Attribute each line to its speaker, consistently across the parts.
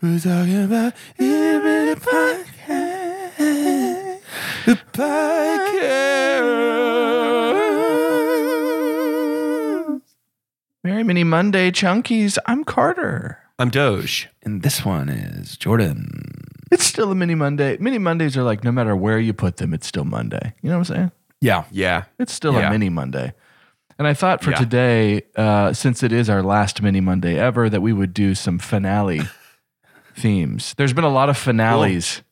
Speaker 1: We're talking about Infinite Podcast. The podcast.
Speaker 2: Very many Monday chunkies. I'm Carter.
Speaker 3: I'm Doge.
Speaker 1: And this one is Jordan.
Speaker 2: It's still a mini Monday. Mini Mondays are like no matter where you put them, it's still Monday. You know what I'm saying?
Speaker 1: Yeah.
Speaker 3: Yeah.
Speaker 2: It's still
Speaker 3: Yeah.
Speaker 2: a mini Monday. And I thought for
Speaker 3: Yeah.
Speaker 2: today, uh, since it is our last mini Monday ever, that we would do some finale themes. There's been a lot of finales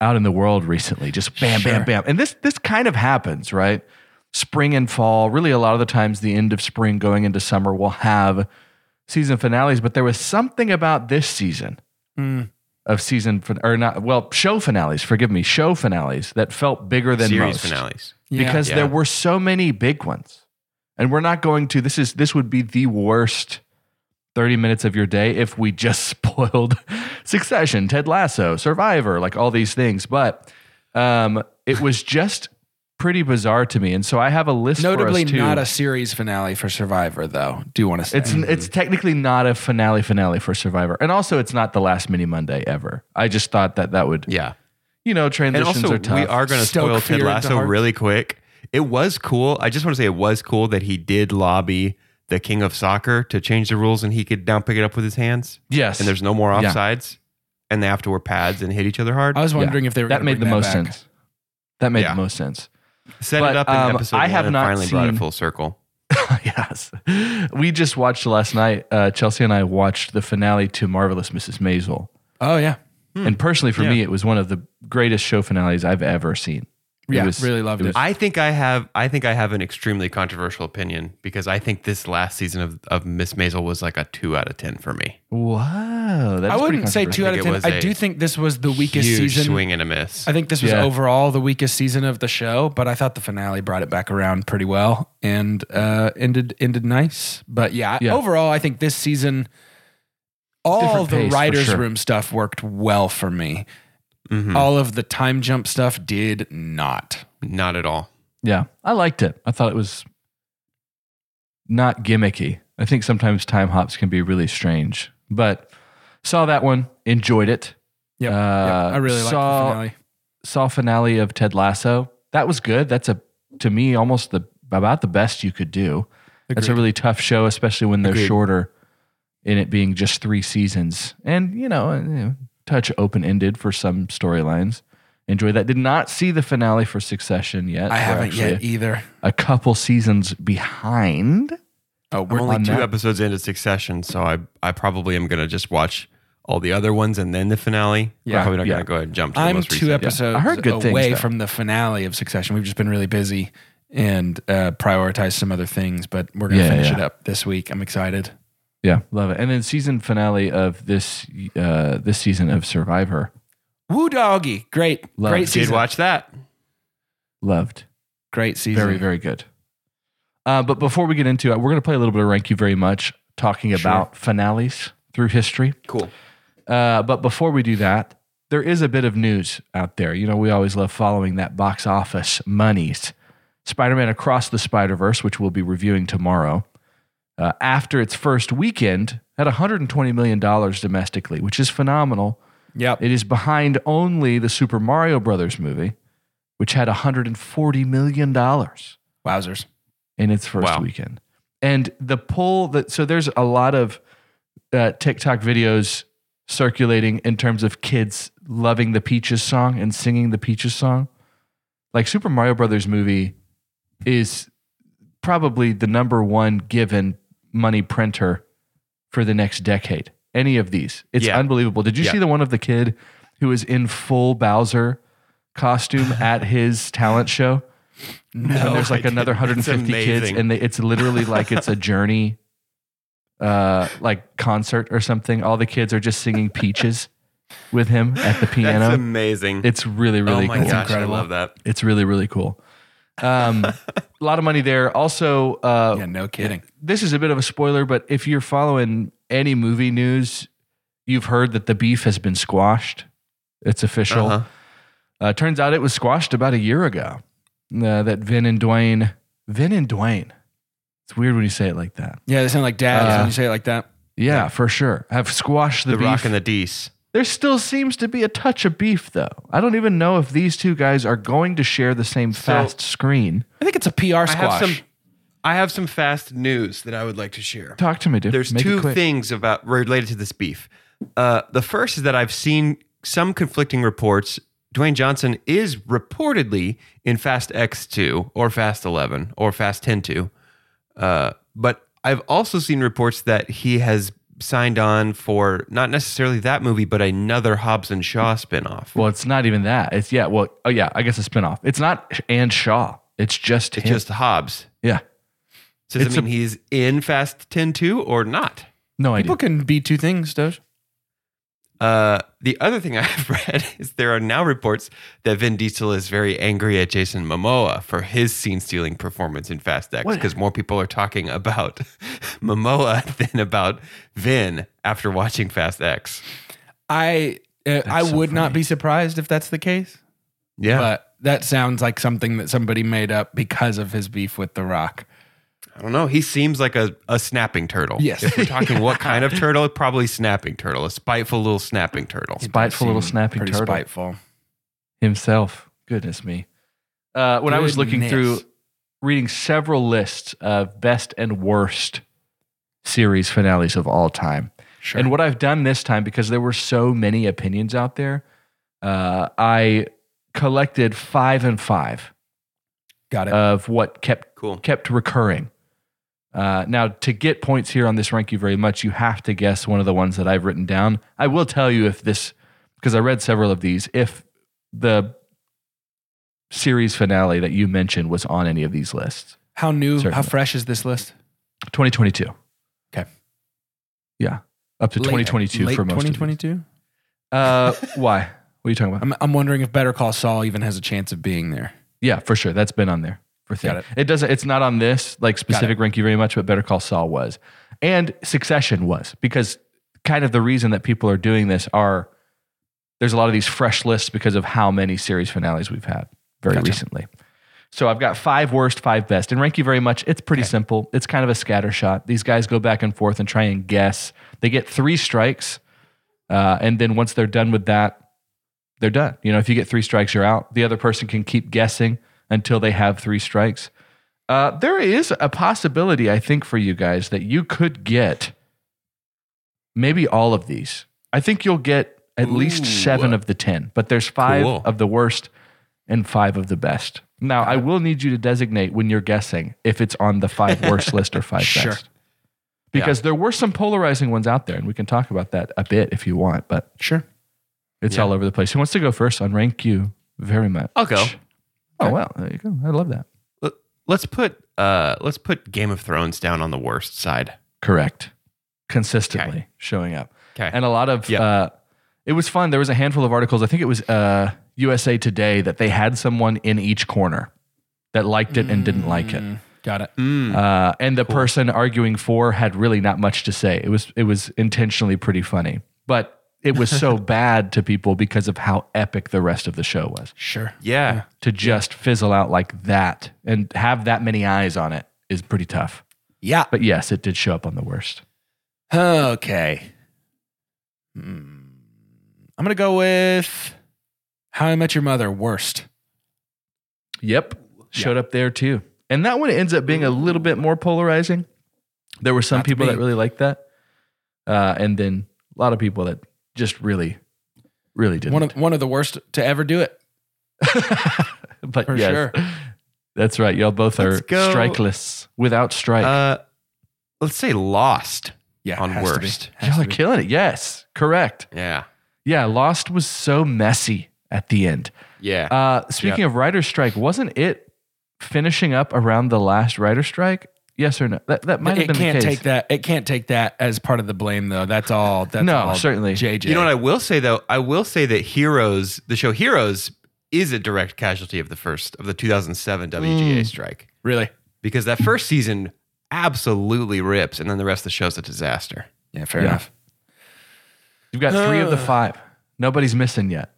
Speaker 2: out in the world recently. Just bam,
Speaker 3: Sure.
Speaker 2: bam, bam. And this this kind of happens, right? Spring and fall, really a lot of the times the end of spring going into summer will have season finales, but there was something about this season
Speaker 1: Mm.
Speaker 2: of season fin- or not well, show finales, forgive me, show finales that felt bigger than
Speaker 3: Series
Speaker 2: most
Speaker 3: finales.
Speaker 2: because
Speaker 3: Yeah.
Speaker 2: there were so many big ones. And we're not going to this is this would be the worst 30 minutes of your day if we just spoiled Succession, Ted Lasso, Survivor, like all these things, but um it was just pretty bizarre to me. And so I have a list for us
Speaker 1: Notably,
Speaker 2: too.
Speaker 1: not a series finale for Survivor, though. Do want to say
Speaker 2: It's it's technically not a finale finale for Survivor, and also it's not the last mini Monday ever. I just thought that that would
Speaker 3: Yeah.
Speaker 2: you know
Speaker 3: And
Speaker 2: transitions
Speaker 3: also,
Speaker 2: are tough.
Speaker 3: we are going to
Speaker 1: Stoke
Speaker 3: spoil
Speaker 1: fear
Speaker 3: Ted
Speaker 1: into
Speaker 3: Lasso
Speaker 1: hearts.
Speaker 3: really quick. It was cool. I just want to say it was cool that he did lobby the king of soccer to change the rules and he could now pick it up with his hands
Speaker 2: yes,
Speaker 3: and there's no more
Speaker 2: Yeah. Uh,
Speaker 3: offsides and they have to wear pads and hit each other hard.
Speaker 1: I was wondering if they were
Speaker 2: that
Speaker 1: gonna
Speaker 2: made the
Speaker 1: bring
Speaker 2: most
Speaker 1: back.
Speaker 2: sense. That made
Speaker 3: Yeah.
Speaker 2: the most sense.
Speaker 3: Set
Speaker 2: but,
Speaker 3: it up in
Speaker 2: um,
Speaker 3: episode
Speaker 2: I
Speaker 3: one
Speaker 2: have
Speaker 3: and
Speaker 2: not
Speaker 3: finally brought
Speaker 2: seen-
Speaker 3: it full circle.
Speaker 2: yes. We just watched last night, uh, Chelsea and I watched the finale to Marvelous Mrs. Maisel.
Speaker 1: Oh yeah,
Speaker 2: And personally, for
Speaker 3: Yeah.
Speaker 2: me, it was one of the greatest show finales I've ever seen. It
Speaker 1: yeah,
Speaker 2: was-
Speaker 1: really loved it.
Speaker 3: I think I have I think I have an extremely controversial opinion because I think this last season of, of Miss Maisel was like a two out of ten for me.
Speaker 2: Wow. That's
Speaker 1: I
Speaker 2: pretty
Speaker 1: wouldn't say two
Speaker 2: controversial.
Speaker 1: out of
Speaker 3: it
Speaker 1: ten.
Speaker 3: was
Speaker 1: I
Speaker 3: a
Speaker 1: do think this was the weakest
Speaker 3: Huge
Speaker 1: season.
Speaker 3: swing and a miss.
Speaker 1: I think this was
Speaker 2: Yeah.
Speaker 1: overall the weakest season of the show, but I thought the finale brought it back around pretty well and uh, ended ended nice. But yeah,
Speaker 2: Yeah.
Speaker 1: overall, I think this season, all
Speaker 2: Different
Speaker 1: the
Speaker 2: pace, for
Speaker 1: writers'
Speaker 2: sure. Hmm.
Speaker 1: room stuff worked well for me.
Speaker 3: Mhm.
Speaker 1: All of the time jump stuff did not.
Speaker 3: Not at all.
Speaker 2: Yeah. I liked it. I thought it was not gimmicky. I think sometimes time hops can be really strange, but saw that one, enjoyed it.
Speaker 1: Yep.
Speaker 2: Uh,
Speaker 1: Yep. I really liked
Speaker 2: saw-
Speaker 1: the finale.
Speaker 2: saw finale of Ted Lasso. That was good. That's a to me almost the about the best you could do. That's a
Speaker 1: Agreed.
Speaker 2: really tough show, especially when they're
Speaker 3: Agreed.
Speaker 2: shorter in it being just three seasons. And you know, uh, you know, touch open ended for some storylines. Enjoy that. Did not see the finale for Succession yet.
Speaker 1: I
Speaker 2: We're
Speaker 1: haven't
Speaker 2: actually
Speaker 1: yet either.
Speaker 2: A couple seasons behind.
Speaker 1: Oh,
Speaker 3: We're
Speaker 1: we're
Speaker 3: only
Speaker 2: on
Speaker 3: two
Speaker 2: that.
Speaker 3: episodes into Succession, so I I probably am gonna just watch all the other ones and then the finale. Yeah,
Speaker 2: Yeah.
Speaker 3: probably not
Speaker 2: Yeah.
Speaker 3: gonna go ahead and jump to the
Speaker 1: I'm
Speaker 3: most
Speaker 1: two
Speaker 3: recent.
Speaker 1: episodes
Speaker 2: I heard good things,
Speaker 1: away
Speaker 2: though.
Speaker 1: from the finale of Succession. We've just been really busy and uh, prioritized some other things, but we're going to
Speaker 2: Yeah,
Speaker 1: finish
Speaker 2: yeah.
Speaker 1: it up this week. I'm excited.
Speaker 2: Yeah, love it. And then season finale of this uh, this season of Survivor.
Speaker 1: Woo doggy. Great.
Speaker 2: Love.
Speaker 1: Great
Speaker 2: Did
Speaker 3: Did
Speaker 1: season.
Speaker 3: watch that?
Speaker 2: Loved.
Speaker 1: Great season.
Speaker 2: Very, very good. Uh, but before we get into it, we're going to play a little bit of Rank You Very Much, talking about finales through history.
Speaker 3: Cool.
Speaker 2: Uh, but before we do that, there is a bit of news out there. You know, we always love following that box office monies. Spider Man Across the Spider Verse, which we'll be reviewing tomorrow, uh, after its first weekend, had $120 million domestically, which is phenomenal.
Speaker 1: Yep.
Speaker 2: It is behind only the Super Mario Brothers movie, which had $140 million
Speaker 1: Wowzers.
Speaker 2: in its first
Speaker 3: Wow.
Speaker 2: weekend. And the pull that so there's a lot of uh, TikTok videos circulating in terms of kids loving the Peaches song and singing the Peaches song. Like Super Mario Brothers movie is probably the number one given money printer for the next decade. Any of these, it's
Speaker 3: Yeah.
Speaker 2: unbelievable. Did you
Speaker 3: Yeah.
Speaker 2: see the one of the kid who is in full Bowser costume at his talent show? and then there's like
Speaker 3: I
Speaker 2: another
Speaker 3: didn't. Oh That's
Speaker 2: 150 kids,
Speaker 3: amazing.
Speaker 2: and they, it's literally like it's a journey, uh, like concert or something. All the kids are just singing peaches with him at the
Speaker 3: That's
Speaker 2: piano.
Speaker 3: amazing.
Speaker 2: It's really, really
Speaker 3: oh my
Speaker 2: cool.
Speaker 3: gosh,
Speaker 1: incredible.
Speaker 3: I love that.
Speaker 2: It's really, really cool. Um, a lot of money there. Also, uh,
Speaker 1: Yeah, no kidding.
Speaker 2: this is a bit of a spoiler, but if you're following any movie news, you've heard that the beef has been squashed. It's official.
Speaker 3: Uh-huh.
Speaker 2: Uh, turns out it was squashed about a year ago. Uh, that Vin and Dwayne, Vin and Dwayne. It's weird when you say it like that.
Speaker 1: Yeah, they sound like dads
Speaker 2: Uh,
Speaker 1: when you say it like that.
Speaker 2: Yeah, for sure. Have squashed the,
Speaker 3: The
Speaker 2: beef
Speaker 3: Rock and the Dees.
Speaker 2: There still seems to be a touch of beef, though. I don't even know if these two guys are going to share the same fast screen.
Speaker 1: I think it's a PR
Speaker 3: I have
Speaker 1: squash.
Speaker 3: some. I have some fast news that I would like to share.
Speaker 2: Talk to me, dude.
Speaker 3: There's
Speaker 2: Make it
Speaker 3: two
Speaker 2: quick.
Speaker 3: things about related to this beef. Uh, the first is that I've seen some conflicting reports. Dwayne Johnson is reportedly in Fast X2 or Fast 11 or Fast 10 2. Uh, but I've also seen reports that he has signed on for not necessarily that movie, but another Hobbs and Shaw spinoff.
Speaker 2: Well, it's not even that. It's yeah. Well, oh yeah. I guess a spinoff. It's not and Shaw. It's just
Speaker 3: it's
Speaker 2: him.
Speaker 3: just Hobbs.
Speaker 2: yeah.
Speaker 3: So does
Speaker 2: It's
Speaker 3: it
Speaker 2: a-
Speaker 3: mean he's in Fast 10 2 or not?
Speaker 2: No idea.
Speaker 1: People can be two things, Doge.
Speaker 3: Uh, the other thing I've read is there are now reports that Vin Diesel is very angry at Jason Momoa for his scene stealing performance in Fast X
Speaker 2: What?
Speaker 3: because more people are talking about Momoa than about Vin after watching Fast X.
Speaker 1: I uh, I
Speaker 2: so
Speaker 1: would not
Speaker 2: funny.
Speaker 1: be surprised if that's the case,
Speaker 3: Yeah.
Speaker 1: but that sounds like something that somebody made up because of his beef with The Rock.
Speaker 3: I don't know. He seems like a, a snapping turtle.
Speaker 1: Yes.
Speaker 3: If we're talking what kind of turtle, probably snapping turtle, a spiteful little snapping turtle.
Speaker 2: Spiteful little
Speaker 1: Seemed
Speaker 2: snapping
Speaker 1: pretty
Speaker 2: turtle
Speaker 1: spiteful.
Speaker 2: himself. Goodness me. Uh, when I was looking through,
Speaker 1: Goodness.
Speaker 2: reading several lists of best and worst series finales of all time,
Speaker 1: Sure.
Speaker 2: And what I've done this time, because there were so many opinions out there, uh, I collected five and five
Speaker 1: Got it.
Speaker 2: of what kept
Speaker 3: Cool.
Speaker 2: kept recurring. Uh, now, to get points here on this rank you very much, you have to guess one of the ones that I've written down. I will tell you if this, because I read several of these, if the series finale that you mentioned was on any of these lists.
Speaker 1: how new? How
Speaker 2: certainly.
Speaker 1: fresh is this list?
Speaker 2: 2022.
Speaker 1: Okay.
Speaker 2: Yeah. Up to
Speaker 1: Late-
Speaker 2: 2022
Speaker 1: late
Speaker 2: for most 2022.
Speaker 1: 2022.
Speaker 2: Uh, why? What are you talking about?
Speaker 1: I'm I'm wondering if Better Call Saul even has a chance of being there.
Speaker 2: Yeah, for sure. That's been on there for thing.
Speaker 1: Got
Speaker 2: It.
Speaker 1: it.
Speaker 2: doesn't. It's not on this like specific rank you very much, but Better Call Saul was, and Succession was because kind of the reason that people are doing this are there's a lot of these fresh lists because of how many series finales we've had very
Speaker 1: Gotcha.
Speaker 2: recently. So I've got five worst, five best, and rank you very much. It's pretty simple. It's kind of a scatter shot. These guys go back and forth and try and guess. They get three strikes, uh, and then once they're done with that, they're done. You know, if you get three strikes, you're out. The other person can keep guessing until they have three strikes. Uh, there is a possibility, I think, for you guys that you could get maybe all of these. I think you'll get at least
Speaker 3: Ooh.
Speaker 2: seven of the 10, but there's five
Speaker 3: Cool.
Speaker 2: of the worst and five of the best. Now, I will need you to designate when you're guessing if it's on the five worst list or five
Speaker 1: Sure.
Speaker 2: best. Because there were some polarizing ones out there, and we can talk about that a bit if you want, but
Speaker 1: Sure.
Speaker 2: it's
Speaker 3: Yeah.
Speaker 2: all over the place. Who wants to go first on rank you very much?
Speaker 3: I'll go.
Speaker 2: Oh well, there you go. I love that.
Speaker 3: Let- Let's put uh, let's put Game of Thrones down on the worst side.
Speaker 2: Correct. Consistently showing up.
Speaker 3: Okay.
Speaker 2: And a lot of
Speaker 3: Yep.
Speaker 2: uh it was fun. There was a handful of articles. I think it was uh USA Today that they had someone in each corner that liked it and didn't like it.
Speaker 1: Got it.
Speaker 3: Mm.
Speaker 2: Uh, and the person arguing for had really not much to say. It was it was intentionally pretty funny, but it was so bad to people because of how epic the rest of the show was.
Speaker 1: Sure.
Speaker 3: yeah.
Speaker 2: to just fizzle out like that and have that many eyes on it is pretty tough.
Speaker 1: Yeah.
Speaker 2: But yes, it did show up on the worst.
Speaker 1: Okay. Hmm. I'm gonna go with How I Met Your Mother. Worst.
Speaker 2: Yep. Showed up there too. And that one ends up being a little bit more polarizing. There were some
Speaker 1: Not to
Speaker 2: people that
Speaker 1: be.
Speaker 2: really liked that. Uh, and then a lot of people that just really, really didn't.
Speaker 1: One of one of the worst to ever do it.
Speaker 2: but
Speaker 1: for
Speaker 2: yes,
Speaker 1: sure.
Speaker 2: That's right. Y'all both are
Speaker 3: Let's go.
Speaker 2: strike lists without strike.
Speaker 3: Uh, let's say lost.
Speaker 1: Yeah.
Speaker 3: On
Speaker 1: has to be.
Speaker 3: worst.
Speaker 1: Has
Speaker 2: Y'all
Speaker 1: to
Speaker 2: are
Speaker 1: be.
Speaker 2: killing it. Yes, correct.
Speaker 3: Yeah.
Speaker 2: Yeah, Lost was so messy at the end.
Speaker 3: Yeah.
Speaker 2: Uh, speaking of writer strike, wasn't it finishing up around the last writer strike? Yes or no? That, that might have
Speaker 1: it
Speaker 2: been
Speaker 1: can't
Speaker 2: the case.
Speaker 1: take that. It can't take that as part of the blame, though. That's all. That's
Speaker 2: No,
Speaker 1: all
Speaker 2: certainly.
Speaker 1: JJ.
Speaker 3: You know what I will say though? I will say that Heroes, the show Heroes, is a direct casualty of the first of the 2007 WGA strike
Speaker 1: really?
Speaker 3: because that first season absolutely rips, and then the rest of the show's a disaster.
Speaker 1: Yeah. Fair
Speaker 2: Yeah.
Speaker 1: enough.
Speaker 2: You've got three of the five. Nobody's missing yet.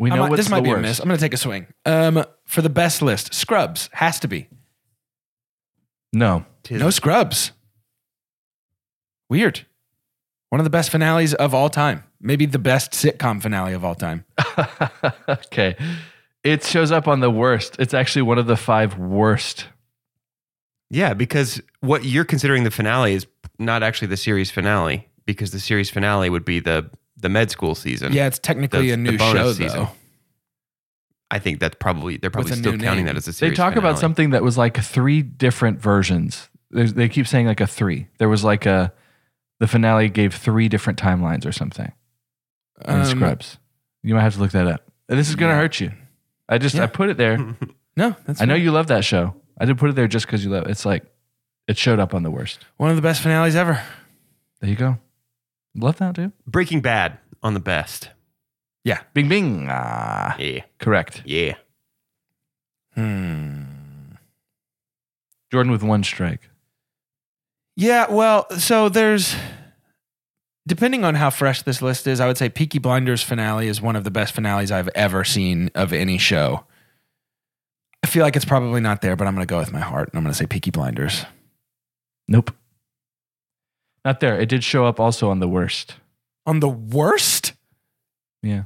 Speaker 2: We
Speaker 1: I
Speaker 2: know
Speaker 1: might-
Speaker 2: what's
Speaker 1: this might
Speaker 2: the
Speaker 1: be
Speaker 2: worst.
Speaker 1: a miss. I'm gonna take a swing. Um, for the best list, Scrubs has to be.
Speaker 2: No,
Speaker 1: No Scrubs. Weird. One of the best finales of all time. Maybe the best sitcom finale of all time.
Speaker 2: okay. It shows up on the worst. It's actually one of the five worst.
Speaker 3: Yeah, because what you're considering the finale is not actually the series finale, because the series finale would be the the med school season.
Speaker 1: Yeah, it's technically
Speaker 3: The-
Speaker 1: a
Speaker 3: the
Speaker 1: new show
Speaker 3: bonus season.
Speaker 1: though.
Speaker 3: I think that's probably they're probably
Speaker 1: With a
Speaker 3: still
Speaker 1: new
Speaker 3: counting
Speaker 1: name.
Speaker 3: that as a
Speaker 2: They
Speaker 3: series.
Speaker 2: talk about
Speaker 3: finale.
Speaker 2: something that was like three different versions. There's, they keep saying like a three. There was like a, the finale gave three different timelines or something in
Speaker 1: Um,
Speaker 2: Scrubs. You might have to look that up. And this is going to
Speaker 1: Yeah.
Speaker 2: hurt you. I just,
Speaker 1: Yeah. Hmm.
Speaker 2: I put it there.
Speaker 1: No, that's
Speaker 2: I know you love that show. I did put it there just because you love it. It's like, it showed up on the worst.
Speaker 1: one of the best finales ever.
Speaker 2: There you go. Love that, dude.
Speaker 3: Breaking Bad on the best.
Speaker 2: Bing, bing. Ah,
Speaker 3: Yeah,
Speaker 2: correct.
Speaker 3: yeah.
Speaker 1: Hmm.
Speaker 2: Jordan with one strike.
Speaker 1: Yeah, well, so there's depending on how fresh this list is, I would say Peaky Blinders finale is one of the best finales I've ever seen of any show. I feel like it's probably not there, but I'm going to go with my heart and I'm going to say Peaky Blinders.
Speaker 2: Nope. Not there. It did show up also on the worst.
Speaker 1: On the worst?
Speaker 2: Yeah.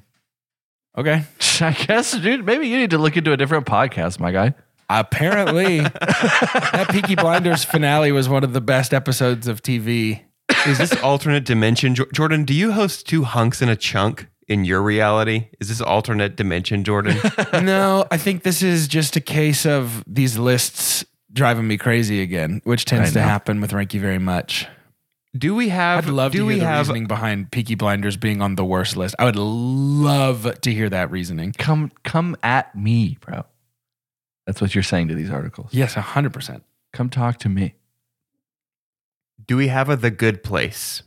Speaker 1: Okay.
Speaker 2: I guess, dude, maybe you need to look into a different podcast, my guy.
Speaker 1: Apparently, that Peaky Blinders finale was one of the best episodes of TV.
Speaker 3: Is this alternate dimension, Jo- Jordan? Do you host two hunks and a chunk in your reality? Is this alternate dimension, Jordan?
Speaker 1: no, I think this is just a case of these lists driving me crazy again, which tends
Speaker 2: I
Speaker 1: to
Speaker 2: know.
Speaker 1: happen with Ranky very much.
Speaker 3: do we have?
Speaker 1: I'd love
Speaker 3: do
Speaker 1: to hear
Speaker 3: we
Speaker 1: the
Speaker 3: have?
Speaker 1: reasoning behind Peaky Blinders being on the worst list. I would love to hear that reasoning.
Speaker 2: Come come at me, bro. That's what you're saying to these articles.
Speaker 1: Yes, 100%.
Speaker 2: Come talk to me.
Speaker 3: Do we have a The Good Place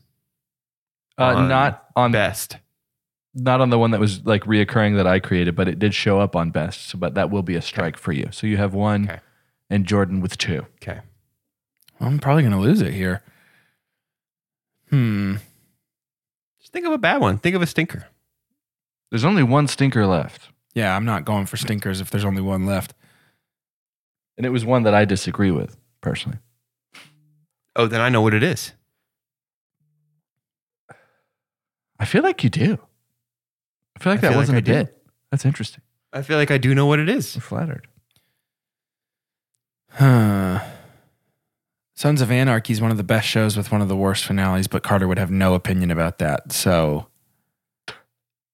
Speaker 2: Uh,
Speaker 3: On
Speaker 2: not
Speaker 3: Um,
Speaker 2: on
Speaker 3: best?
Speaker 2: not on the one that was like reoccurring that I created, but it did show up on best. So, but that will be a strike for you. So you have one,
Speaker 3: Okay.
Speaker 2: and Jordan with two.
Speaker 3: Okay.
Speaker 1: I'm probably going to lose it here. Hmm.
Speaker 3: Just think of a bad one. Think of a stinker.
Speaker 2: There's only one stinker left,
Speaker 1: Yeah, I'm not going for stinkers if there's only one left.
Speaker 2: and it was one that I disagree with personally.
Speaker 3: Oh, then I know what it is.
Speaker 2: I feel like you do. I feel like that
Speaker 3: I feel like
Speaker 2: wasn't
Speaker 3: I
Speaker 2: a
Speaker 3: do.
Speaker 2: bit. That's interesting.
Speaker 3: I feel like I do know what it is.
Speaker 2: I'm flattered.
Speaker 1: Huh. Sons of Anarchy is one of the best shows with one of the worst finales, but Carter would have no opinion about that. So,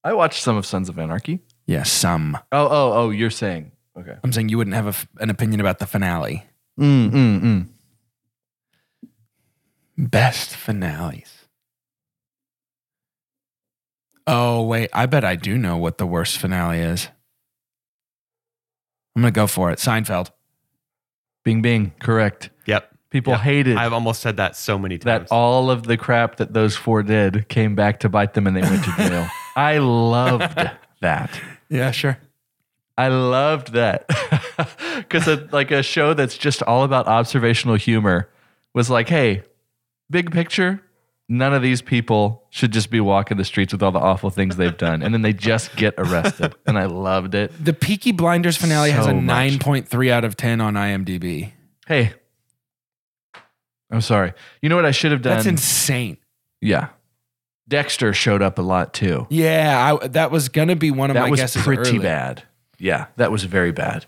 Speaker 2: I watched some of Sons of Anarchy.
Speaker 1: yeah, some.
Speaker 2: Oh, oh, oh! You're saying okay.
Speaker 1: I'm saying you wouldn't have a f an opinion about the finale.
Speaker 2: Mm, mm, mm.
Speaker 1: Best finales. Oh, wait. I bet I do know what the worst finale is. I'm going to go for it. Seinfeld.
Speaker 2: Bing, Bing. Correct.
Speaker 3: Yep.
Speaker 2: People
Speaker 3: Yep.
Speaker 2: hated
Speaker 3: I've almost said that so many
Speaker 2: that
Speaker 3: times.
Speaker 2: all of the crap that those four did came back to bite them, and they went to jail. I loved that.
Speaker 1: Yeah, sure.
Speaker 2: I loved that because like a show that's just all about observational humor was like, hey, big picture, none of these people should just be walking the streets with all the awful things they've done, and then they just get arrested, and I loved it.
Speaker 1: The Peaky Blinders finale has a
Speaker 2: So much.
Speaker 1: 9.3 out of 10 on IMDb.
Speaker 2: Hey, I'm sorry. You know what I should have done?
Speaker 1: That's insane.
Speaker 2: yeah, Dexter showed up a lot too.
Speaker 1: Yeah, I, that was going to be one of
Speaker 2: that
Speaker 1: my
Speaker 2: was
Speaker 1: guesses.
Speaker 2: pretty
Speaker 1: early.
Speaker 2: bad. Yeah, that was very bad.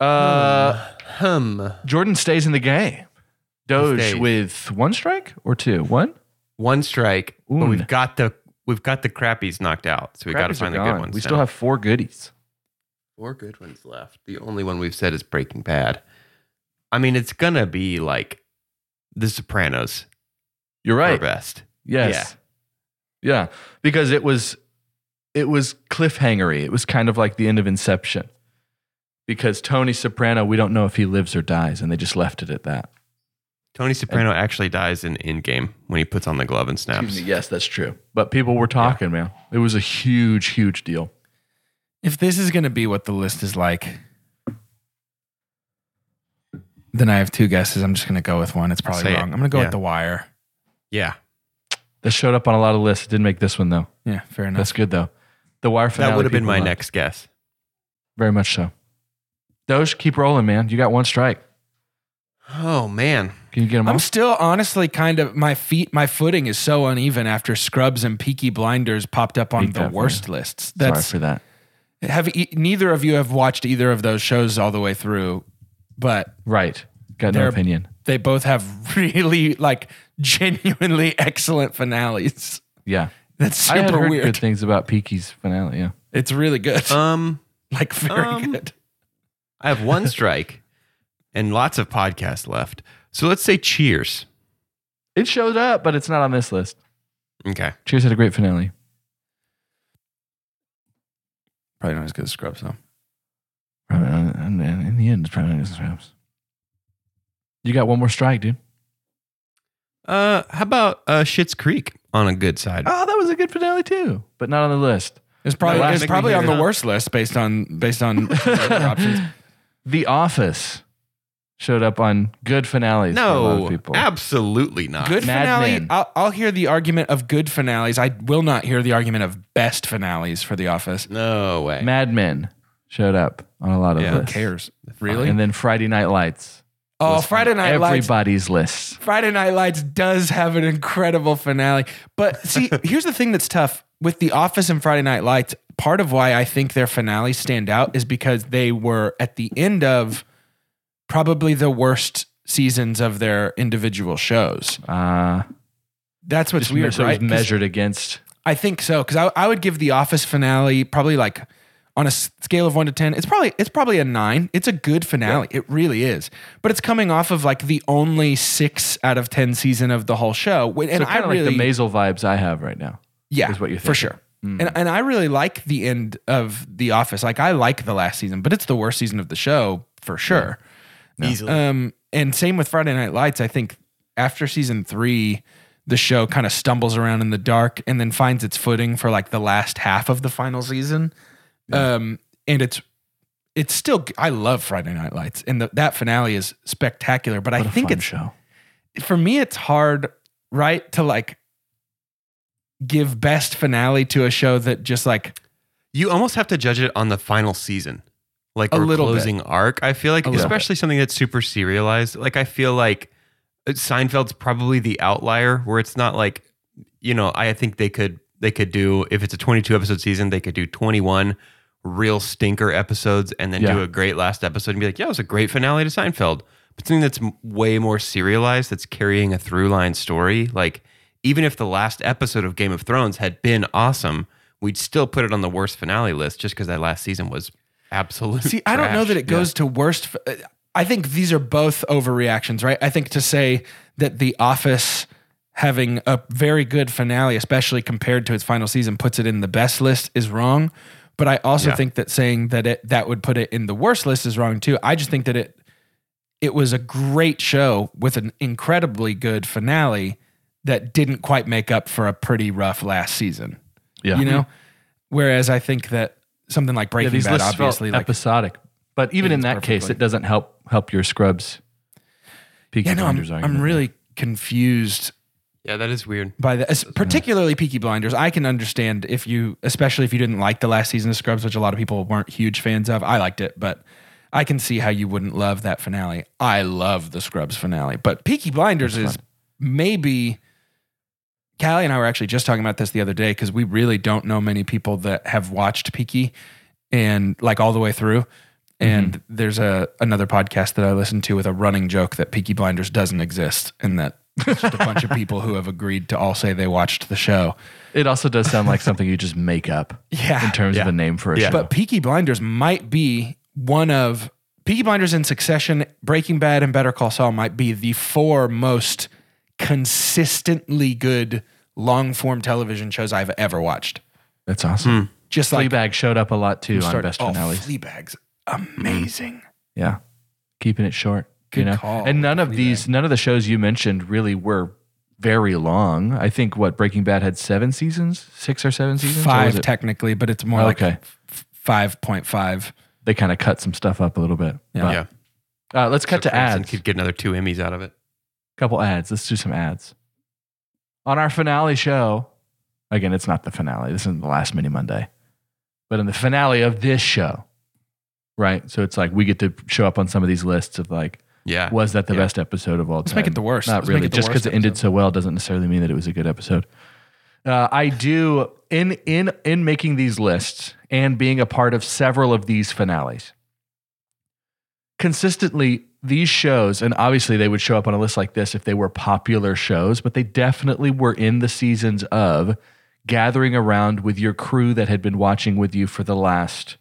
Speaker 3: uh,
Speaker 2: Uh,
Speaker 3: hum.
Speaker 2: Jordan stays in the game. Doge
Speaker 3: stays.
Speaker 2: with one strike or two? One.
Speaker 3: One strike, but
Speaker 2: Oon.
Speaker 3: we've got the we've got the crappies knocked out. So we got to
Speaker 2: Crappies
Speaker 3: find
Speaker 2: are
Speaker 3: the
Speaker 2: gone.
Speaker 3: good ones.
Speaker 2: We
Speaker 3: now.
Speaker 2: still have four goodies.
Speaker 3: four good ones left. The only one we've said is Breaking Bad. I mean, it's gonna be like The Sopranos,
Speaker 2: You're
Speaker 3: our
Speaker 2: right.
Speaker 3: best.
Speaker 2: Yes. Yeah. because it was it was cliffhangery. It was kind of like the end of Inception. Because Tony Soprano, we don't know if he lives or dies, and they just left it at that.
Speaker 3: Tony Soprano actually dies in Endgame when he puts on the glove and snaps.
Speaker 2: Excuse me. Yes, that's true. But people were talking, man. It was a huge, huge deal.
Speaker 1: If this is going to be what the list is like, then I have two guesses. I'm just going to go with one. It's probably
Speaker 3: Say it.
Speaker 1: wrong. I'm going to go
Speaker 3: Yeah.
Speaker 1: with The Wire.
Speaker 3: Yeah,
Speaker 2: That showed up on a lot of lists. It didn't make this one though.
Speaker 1: Yeah, fair enough.
Speaker 2: That's good though. The wire finale.
Speaker 3: that would have been
Speaker 2: people
Speaker 3: my
Speaker 2: loved.
Speaker 3: next guess.
Speaker 2: Very much so. Doge, keep rolling, man. You got one strike.
Speaker 3: Oh man.
Speaker 2: Can you get them
Speaker 1: I'm
Speaker 2: off?
Speaker 1: still honestly kind of my feet, my footing is so uneven after Scrubs and Peaky Blinders popped up on
Speaker 2: Hate
Speaker 1: the
Speaker 2: that for
Speaker 1: worst lists.
Speaker 2: Sorry
Speaker 1: That's
Speaker 2: for that.
Speaker 1: have e- neither of you have watched either of those shows all the way through, but
Speaker 2: Right. Got no
Speaker 1: They're-
Speaker 2: opinion.
Speaker 1: they both have really like genuinely excellent finales.
Speaker 2: Yeah.
Speaker 1: That's
Speaker 2: I had
Speaker 1: super
Speaker 2: heard
Speaker 1: weird.
Speaker 2: good things about Peaky's finale. Yeah.
Speaker 1: It's really good,
Speaker 3: Um,
Speaker 1: like very
Speaker 3: um,
Speaker 1: good.
Speaker 3: I have one strike, and lots of podcasts left. So let's say Cheers.
Speaker 2: It showed up, but it's not on this list.
Speaker 3: Okay.
Speaker 2: Cheers had a great finale.
Speaker 1: Probably not as good as Scrubs though.
Speaker 2: Probably, not- and and in the end, it's probably not against the Rams. You got one more strike, dude.
Speaker 3: Uh, how about uh Shit's Creek on a good side?
Speaker 2: Oh, that was a good finale too, but not on the list.
Speaker 1: It's probably
Speaker 3: last
Speaker 1: it's
Speaker 3: thing we
Speaker 1: probably
Speaker 3: hear
Speaker 1: on the
Speaker 3: now.
Speaker 1: worst list based on based on other options.
Speaker 2: The Office showed up on good finales. for a lot of
Speaker 3: No,
Speaker 2: people.
Speaker 3: absolutely not.
Speaker 1: Good
Speaker 2: Uh, Mad
Speaker 1: finale.
Speaker 2: Men.
Speaker 1: I'll, I'll hear the argument of good finales. I will not hear the argument of best finales for The Office.
Speaker 3: No way.
Speaker 2: Mad Men showed up on a lot of
Speaker 3: Yeah.
Speaker 1: Who
Speaker 2: lists.
Speaker 1: cares? Really?
Speaker 2: And then Friday Night Lights.
Speaker 1: oh,
Speaker 2: was on
Speaker 1: Friday Night Lights.
Speaker 2: Everybody's list.
Speaker 1: Friday Night Lights does have an incredible finale. But see, here's the thing that's tough with The Office and Friday Night Lights. Part of why I think their finales stand out is because they were at the end of probably the worst seasons of their individual shows.
Speaker 2: Uh,
Speaker 1: That's what's
Speaker 2: just
Speaker 1: weird,
Speaker 2: so it was
Speaker 1: right? 'Cause-
Speaker 2: measured against.
Speaker 1: I think so because I, I would give the Office finale probably like on a s- scale of one to ten. It's probably it's probably a nine. It's a good finale. It really is. But it's coming off of like the only six out of ten season of the whole show. Wh- And
Speaker 2: so
Speaker 1: I
Speaker 2: kind of
Speaker 1: really
Speaker 2: like the Maisel vibes I have right now.
Speaker 1: yeah
Speaker 2: is what you're
Speaker 1: for
Speaker 2: thinking.
Speaker 1: sure. And and I really like the end of the Office. Like I like the last season, but it's the worst season of the show for sure.
Speaker 3: Easily.
Speaker 1: Um, and same with Friday Night Lights. I think after season three, the show kind of stumbles around in the dark and then finds its footing for like the last half of the final season. Um, and it's it's still I love Friday Night Lights, and the, that finale is spectacular. But
Speaker 2: What
Speaker 1: I
Speaker 2: a
Speaker 1: think
Speaker 2: fun
Speaker 1: it's
Speaker 2: show.
Speaker 1: for me it's hard right to like give best finale to a show that just like
Speaker 3: you almost have to judge it on the final season, like
Speaker 1: A
Speaker 3: or
Speaker 1: little bit.
Speaker 3: closing arc. I feel like,
Speaker 1: A little
Speaker 3: especially something that's super serialized. Like I feel like uh, Seinfeld's probably the outlier, where it's not like you know. I think they could they could do if it's a twenty two episode season, they could do twenty one real stinker episodes and then do
Speaker 2: Yeah.
Speaker 3: a great last episode and be like, yeah, it was a great finale to Seinfeld. But something that's m- way more serialized, that's carrying a through line story, like even if the last episode of Game of Thrones had been awesome, we'd still put it on the worst finale list just because that last season was absolute.
Speaker 1: see I don't know
Speaker 3: trash.
Speaker 1: that it goes to worst f- uh, I think these are both overreactions right I think to say that the office having a very good finale especially compared to its final season puts it in the best list is wrong but I also
Speaker 3: Yeah.
Speaker 1: think that saying that it that would put it in the worst list is wrong too I just think that it it was a great show with an incredibly good finale that didn't quite make up for a pretty rough last season.
Speaker 2: Yeah. Mm-hmm.
Speaker 1: You know? Whereas I think that something like
Speaker 2: Yeah,
Speaker 1: Breaking
Speaker 2: these
Speaker 1: Bad
Speaker 2: lists felt
Speaker 1: obviously like
Speaker 2: episodic. But even in
Speaker 1: Fits
Speaker 2: that case,
Speaker 1: perfectly.
Speaker 2: it doesn't help help your scrubs. Peaky
Speaker 1: Yeah, no, I'm,
Speaker 2: Blinders
Speaker 1: I'm
Speaker 2: argument.
Speaker 1: really confused
Speaker 3: Yeah, that is weird.
Speaker 1: by that, as- particularly Peaky Blinders. I can understand if you, especially if you didn't like the last season of Scrubs, which a lot of people weren't huge fans of. I liked it, but I can see how you wouldn't love that finale. I love the Scrubs finale, but Peaky Blinders
Speaker 2: That's
Speaker 1: is maybe. Callie and I were actually just talking about this the other day because we really don't know many people that have watched Peaky and like all the way through. And there's a another podcast that I listen to with a running joke that Peaky Blinders doesn't exist and that it's just a bunch of people who have agreed to all say they watched the show.
Speaker 2: It also does sound like something you just make up
Speaker 1: Yeah.
Speaker 2: in terms of
Speaker 3: Yeah.
Speaker 2: a name for a
Speaker 3: Yeah.
Speaker 2: show.
Speaker 1: But Peaky Blinders might be one of Peaky Blinders in succession, Breaking Bad and Better Call Saul might be the four most consistently good long form television shows I've ever watched.
Speaker 2: That's awesome.
Speaker 1: Just like
Speaker 2: Fleabag showed up a lot too on
Speaker 1: Hmm. start-
Speaker 2: best
Speaker 1: oh,
Speaker 2: finales.
Speaker 1: Fleabag's amazing.
Speaker 2: yeah, keeping it short. you
Speaker 1: Good
Speaker 2: know,
Speaker 1: call
Speaker 2: and none
Speaker 1: with
Speaker 2: of these, none of the shows you mentioned really were very long. I think what Breaking Bad had seven seasons, six or seven seasons. or was
Speaker 1: Five
Speaker 2: it-
Speaker 1: technically, but it's more like
Speaker 2: Okay.
Speaker 1: f- 5.5.
Speaker 2: they kind of cut some stuff up a little bit.
Speaker 1: Yeah.
Speaker 3: yeah,
Speaker 2: But, uh, let's cut to
Speaker 3: Cranston
Speaker 2: ads.
Speaker 3: Could get another two Emmys out of it.
Speaker 2: couple ads. Let's do some ads. On our finale show, again, it's not the finale. This isn't the last mini Monday, but in the finale of this show, right? So it's like we get to show up on some of these lists of like
Speaker 3: Yeah.
Speaker 2: was that the
Speaker 3: Yeah.
Speaker 2: best episode of all
Speaker 1: Let's
Speaker 2: time?
Speaker 1: make it the worst.
Speaker 2: Not
Speaker 1: Let's make
Speaker 2: really.
Speaker 1: it the
Speaker 2: Just
Speaker 1: worst
Speaker 2: because it ended
Speaker 1: episode.
Speaker 2: so well doesn't necessarily mean that it was a good episode. Uh, I do in in in making these lists and being a part of several of these finales. Consistently, these shows, and obviously they would show up on a list like this if they were popular shows, but they definitely were in the seasons of gathering around with your crew that had been watching with you for the last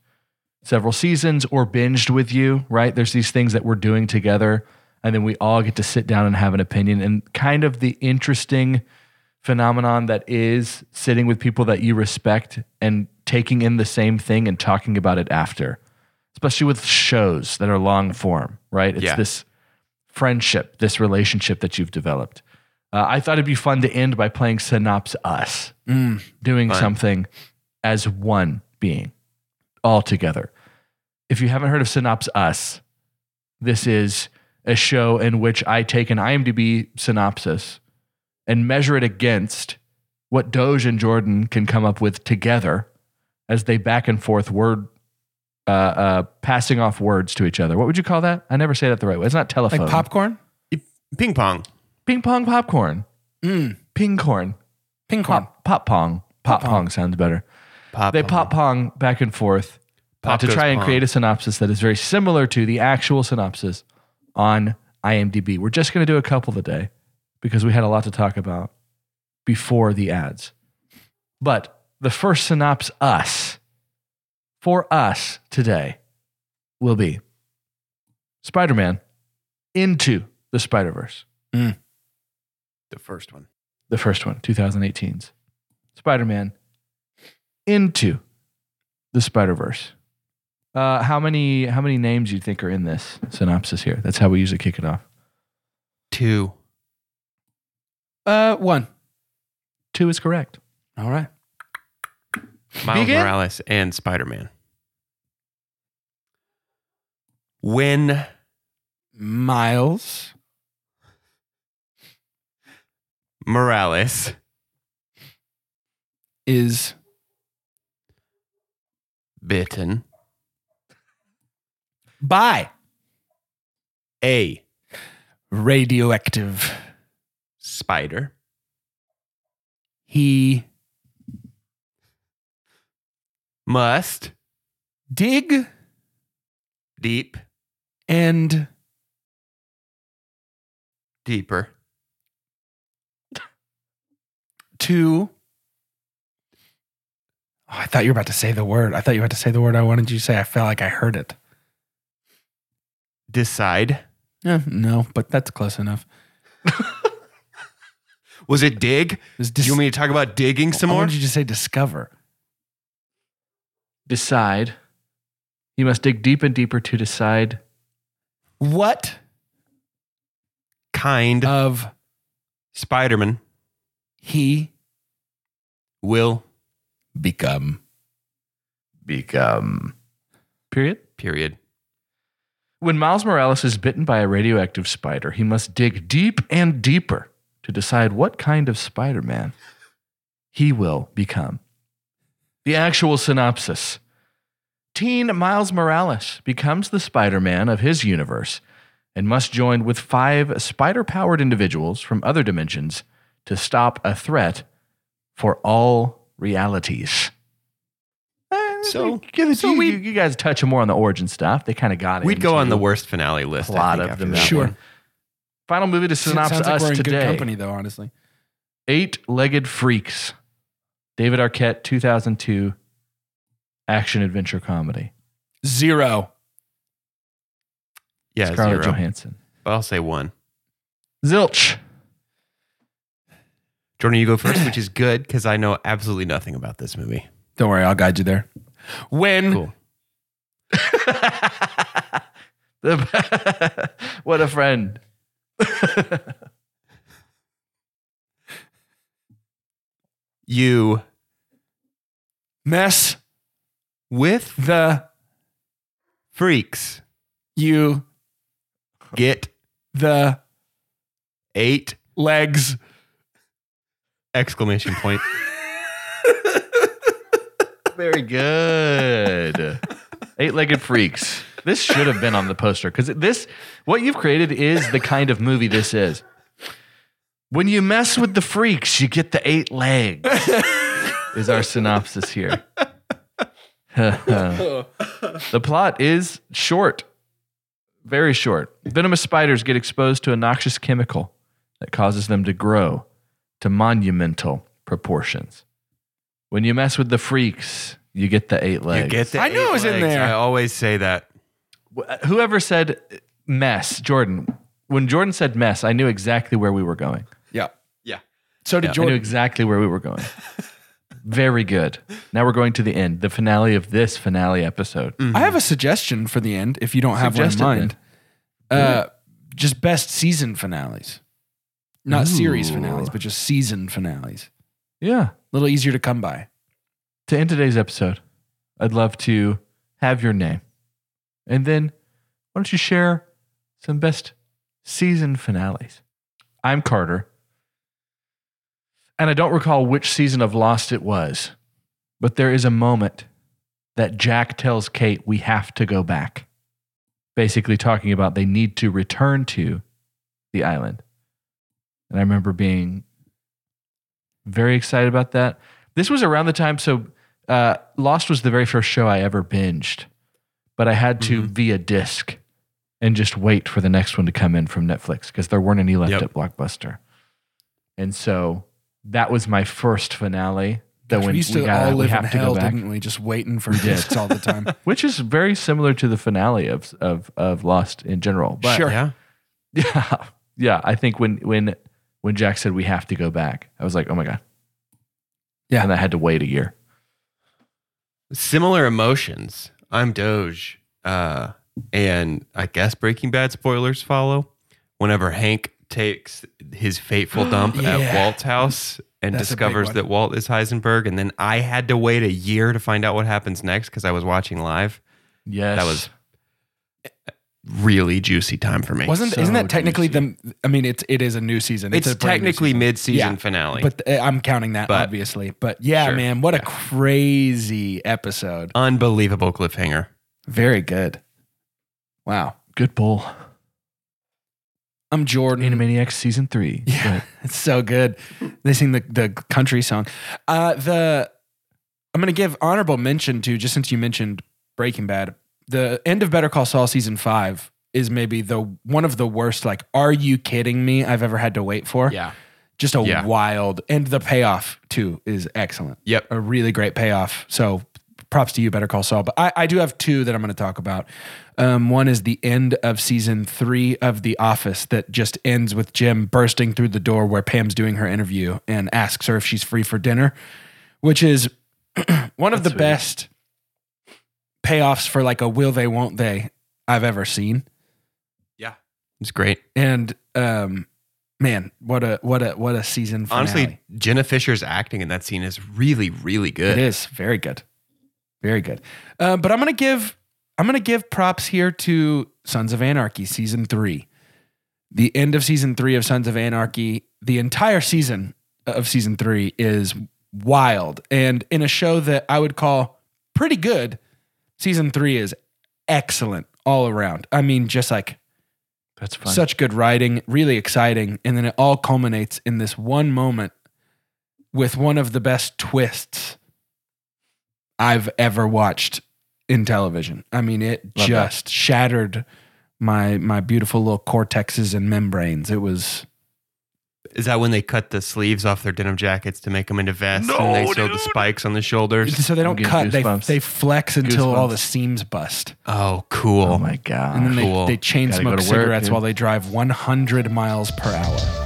Speaker 2: several seasons or binged with you, right? There's these things that we're doing together, and then we all get to sit down and have an opinion. And kind of the interesting phenomenon that is sitting with people that you respect and taking in the same thing and talking about it after, especially with shows that are long form, right? It's
Speaker 3: Yeah.
Speaker 2: this friendship, this relationship that you've developed. Uh, I thought it'd be fun to end by playing Synopsis Us
Speaker 1: Mm.
Speaker 2: doing
Speaker 3: Fun.
Speaker 2: something as one being all together. If you haven't heard of Synopsis Us, this is a show in which I take an IMDb synopsis and measure it against what Doge and Jordan can come up with together as they back and forth word. Uh, uh, passing off words to each other. What would you call that? I never say that the right way. It's not telephone.
Speaker 1: Like popcorn?
Speaker 3: Ping pong.
Speaker 2: ping pong popcorn,
Speaker 1: Mm.
Speaker 2: ping corn,
Speaker 1: Ping corn.
Speaker 2: pop pop pong, pop
Speaker 1: Pop-pong.
Speaker 2: pong sounds better
Speaker 3: Pop.
Speaker 2: they pop pong back and forth uh,
Speaker 3: Pop
Speaker 2: to
Speaker 3: goes
Speaker 2: try and
Speaker 3: pong.
Speaker 2: create a synopsis that is very similar to the actual synopsis on IMDb. We're just going to do a couple today because we had a lot to talk about before the ads. But the first synopsis us for us today will be Spider-Man into the Spider-Verse
Speaker 3: The first one.
Speaker 2: the first one, 2018's Spider Man into the Spider Verse. Uh, how many how many names you think are in this synopsis here? That's how we usually kick it off.
Speaker 3: Two.
Speaker 1: Uh, one.
Speaker 2: Two is correct.
Speaker 1: All right.
Speaker 3: Miles
Speaker 2: Begin.
Speaker 3: Morales and Spider Man. When
Speaker 1: Miles
Speaker 3: Morales
Speaker 1: is
Speaker 3: bitten
Speaker 1: by
Speaker 3: a
Speaker 1: radioactive.
Speaker 3: spider
Speaker 1: He
Speaker 3: must
Speaker 1: dig
Speaker 3: deep
Speaker 1: and
Speaker 3: deeper
Speaker 1: to. Oh, I thought you were about to say the word. I thought you were about to say the word I wanted you to say. I felt like I heard it.
Speaker 3: decide.
Speaker 1: Eh, no, but that's close enough.
Speaker 3: Was it dig?
Speaker 1: It's
Speaker 3: Do
Speaker 1: dis-
Speaker 3: you want me to talk about digging some
Speaker 1: I
Speaker 3: more?
Speaker 1: wanted you to say discover.
Speaker 2: Decide. You must dig deep and deeper to decide
Speaker 1: What
Speaker 3: Kind
Speaker 1: of
Speaker 3: Spider Man
Speaker 1: he
Speaker 3: will
Speaker 1: become?
Speaker 2: become. Period.
Speaker 3: period.
Speaker 2: When Miles Morales is bitten by a radioactive spider, he must dig deep and deeper to decide what kind of Spider Man he will become. The actual synopsis Teen Miles Morales becomes the Spider Man of his universe and must join with five spider powered individuals from other dimensions to stop a threat for all realities. Eh,
Speaker 3: So-
Speaker 2: you,
Speaker 3: so
Speaker 2: you-
Speaker 3: we-
Speaker 2: you guys touch more on the origin stuff. They kind of got it.
Speaker 3: We'd go on the
Speaker 2: into-
Speaker 3: worst finale list. I
Speaker 2: plot
Speaker 3: think,
Speaker 2: of
Speaker 3: after
Speaker 2: the
Speaker 3: that
Speaker 1: Sure.
Speaker 3: one.
Speaker 2: Final movie to
Speaker 1: Sounds
Speaker 2: synopsis
Speaker 1: like we're
Speaker 2: us
Speaker 1: in good
Speaker 2: today.
Speaker 1: company, though. Honestly,
Speaker 2: Eight Legged Freaks. David Arquette, 2002 action adventure comedy.
Speaker 1: zero.
Speaker 3: Yeah,
Speaker 2: Scarlett
Speaker 3: zero.
Speaker 2: Johansson.
Speaker 3: I'll say one.
Speaker 2: Zilch.
Speaker 3: Jordan, you go first, which is good because I know absolutely nothing about this movie.
Speaker 1: Don't worry, I'll guide you there. When
Speaker 3: Cool.
Speaker 2: The- what a friend.
Speaker 3: You
Speaker 1: mess
Speaker 3: with
Speaker 1: the
Speaker 3: freaks
Speaker 1: you
Speaker 3: get
Speaker 1: the
Speaker 3: eight
Speaker 1: legs.
Speaker 3: exclamation point.
Speaker 2: Very good. Eight Legged Freaks. This should have been on the poster because this, what you've created is the kind of movie this is. When you mess with the freaks, you get the eight legs, is our synopsis here. the plot is short, very short. Venomous spiders get exposed to a noxious chemical that causes them to grow to monumental proportions. When you mess with the freaks, you get the eight legs.
Speaker 3: You get the
Speaker 1: I knew
Speaker 3: eight
Speaker 1: it was in
Speaker 3: legs.
Speaker 1: there.
Speaker 3: I always say that.
Speaker 2: Wh- uh, whoever said mess, Jordan. When Jordan said mess, I knew exactly where we were going.
Speaker 1: Yeah.
Speaker 3: Yeah.
Speaker 1: So did
Speaker 2: I knew
Speaker 1: Jordan.
Speaker 2: exactly where we were going. Very good. Now we're going to the end, the finale of this finale episode.
Speaker 1: I have a suggestion for the end if you don't have
Speaker 2: Suggest Mm-hmm. it
Speaker 1: one in mind. Uh, just best season finales. Not series
Speaker 2: Ooh.
Speaker 1: finales, but just season finales.
Speaker 2: Yeah.
Speaker 1: A little easier to come by.
Speaker 2: To end today's episode, I'd love to have your name. And then why don't you share some best season finales? I'm Carter. And I don't recall which season of Lost it was, but there is a moment that Jack tells Kate we have to go back. Basically, talking about they need to return to the island. And I remember being very excited about that. This was around the time, so uh, Lost was the very first show I ever binged, but I had to via disc and just wait for the next one to come in from Netflix because there weren't any left
Speaker 3: Yep.
Speaker 2: at Blockbuster. And so that was my first finale. That
Speaker 1: Gosh,
Speaker 2: when
Speaker 1: we used to
Speaker 2: got
Speaker 1: all
Speaker 2: out,
Speaker 1: live in
Speaker 2: have to go
Speaker 1: hell,
Speaker 2: back
Speaker 1: didn't we? Just waiting for discs all the time.
Speaker 2: which is very similar to the finale of of of Lost in general. But
Speaker 1: Sure.
Speaker 3: Yeah.
Speaker 2: yeah, yeah, I think when when when Jack said we have to go back, I was like, oh my god,
Speaker 1: Yeah.
Speaker 2: and I had to wait a year.
Speaker 3: Similar emotions. I'm Doge. Uh, and I guess Breaking Bad spoilers follow whenever Hank takes his fateful dump at
Speaker 1: Yeah.
Speaker 3: Walt's house and
Speaker 1: That's a big
Speaker 3: discovers
Speaker 1: one.
Speaker 3: that Walt is Heisenberg. And then I had to wait a year to find out what happens next because I was watching live.
Speaker 2: Yes,
Speaker 3: That was really juicy time for me.
Speaker 1: Wasn't isn't
Speaker 2: so
Speaker 1: that technically the? I mean, it's it is a new season.
Speaker 3: it's
Speaker 1: a brand new
Speaker 3: technically mid season
Speaker 1: Yeah,
Speaker 3: finale.
Speaker 1: But th- I'm counting that
Speaker 3: But-
Speaker 1: obviously. But yeah,
Speaker 3: Sure.
Speaker 1: man, what a
Speaker 3: Yeah.
Speaker 1: crazy episode.
Speaker 3: Unbelievable cliffhanger.
Speaker 1: Very good. Wow.
Speaker 2: good bull.
Speaker 1: I'm Jordan.
Speaker 2: Animaniacs season three.
Speaker 1: Mm. Yeah, it's so good. They sing the the country song. Uh, the I'm gonna give honorable mention to just since you mentioned Breaking Bad. The end of Better Call Saul season five is maybe the one of the worst. Like, are you kidding me? I've ever had to wait for.
Speaker 3: Yeah.
Speaker 1: just a
Speaker 3: Yeah.
Speaker 1: wild and the payoff too is excellent.
Speaker 3: Yep.
Speaker 1: a really great payoff. So props to you, Better Call Saul. But I, I do have two that I'm going to talk about. Um, one is the end of season three of The Office that just ends with Jim bursting through the door where Pam's doing her interview and asks her if she's free for dinner, which is one of the best payoffs for like a will they, won't they I've ever seen.
Speaker 3: It's great.
Speaker 1: And, um, Man, what a what a what a season! Finale.
Speaker 3: Honestly, Jenna Fisher's acting in that scene is really, really good.
Speaker 1: It is very good, very good. Um, but I'm gonna give I'm gonna give props here to Sons of Anarchy season three. The end of season three of Sons of Anarchy, the entire season of season three is wild, and in a show that I would call pretty good, season three is excellent all around. I mean, just like
Speaker 2: that's fun.
Speaker 1: such good writing, really exciting. And then it all culminates in this one moment with one of the best twists I've ever watched in television. I mean, it
Speaker 2: Love that.
Speaker 1: just shattered my my beautiful little cortexes and membranes. It was
Speaker 3: Is that when they cut the sleeves off their denim jackets to make them into vests and they sew the spikes on the shoulders?
Speaker 1: so they don't
Speaker 2: getting
Speaker 1: cut, they
Speaker 2: goosebumps.
Speaker 1: they flex until all
Speaker 2: Goosebumps.
Speaker 1: the seams bust.
Speaker 3: Oh, cool.
Speaker 2: oh my
Speaker 1: And
Speaker 2: god.
Speaker 1: then
Speaker 3: Cool.
Speaker 1: they, they chain
Speaker 2: Gotta go
Speaker 1: smoke
Speaker 2: to work,
Speaker 1: cigarettes
Speaker 2: dude.
Speaker 1: while they drive 100 miles per hour.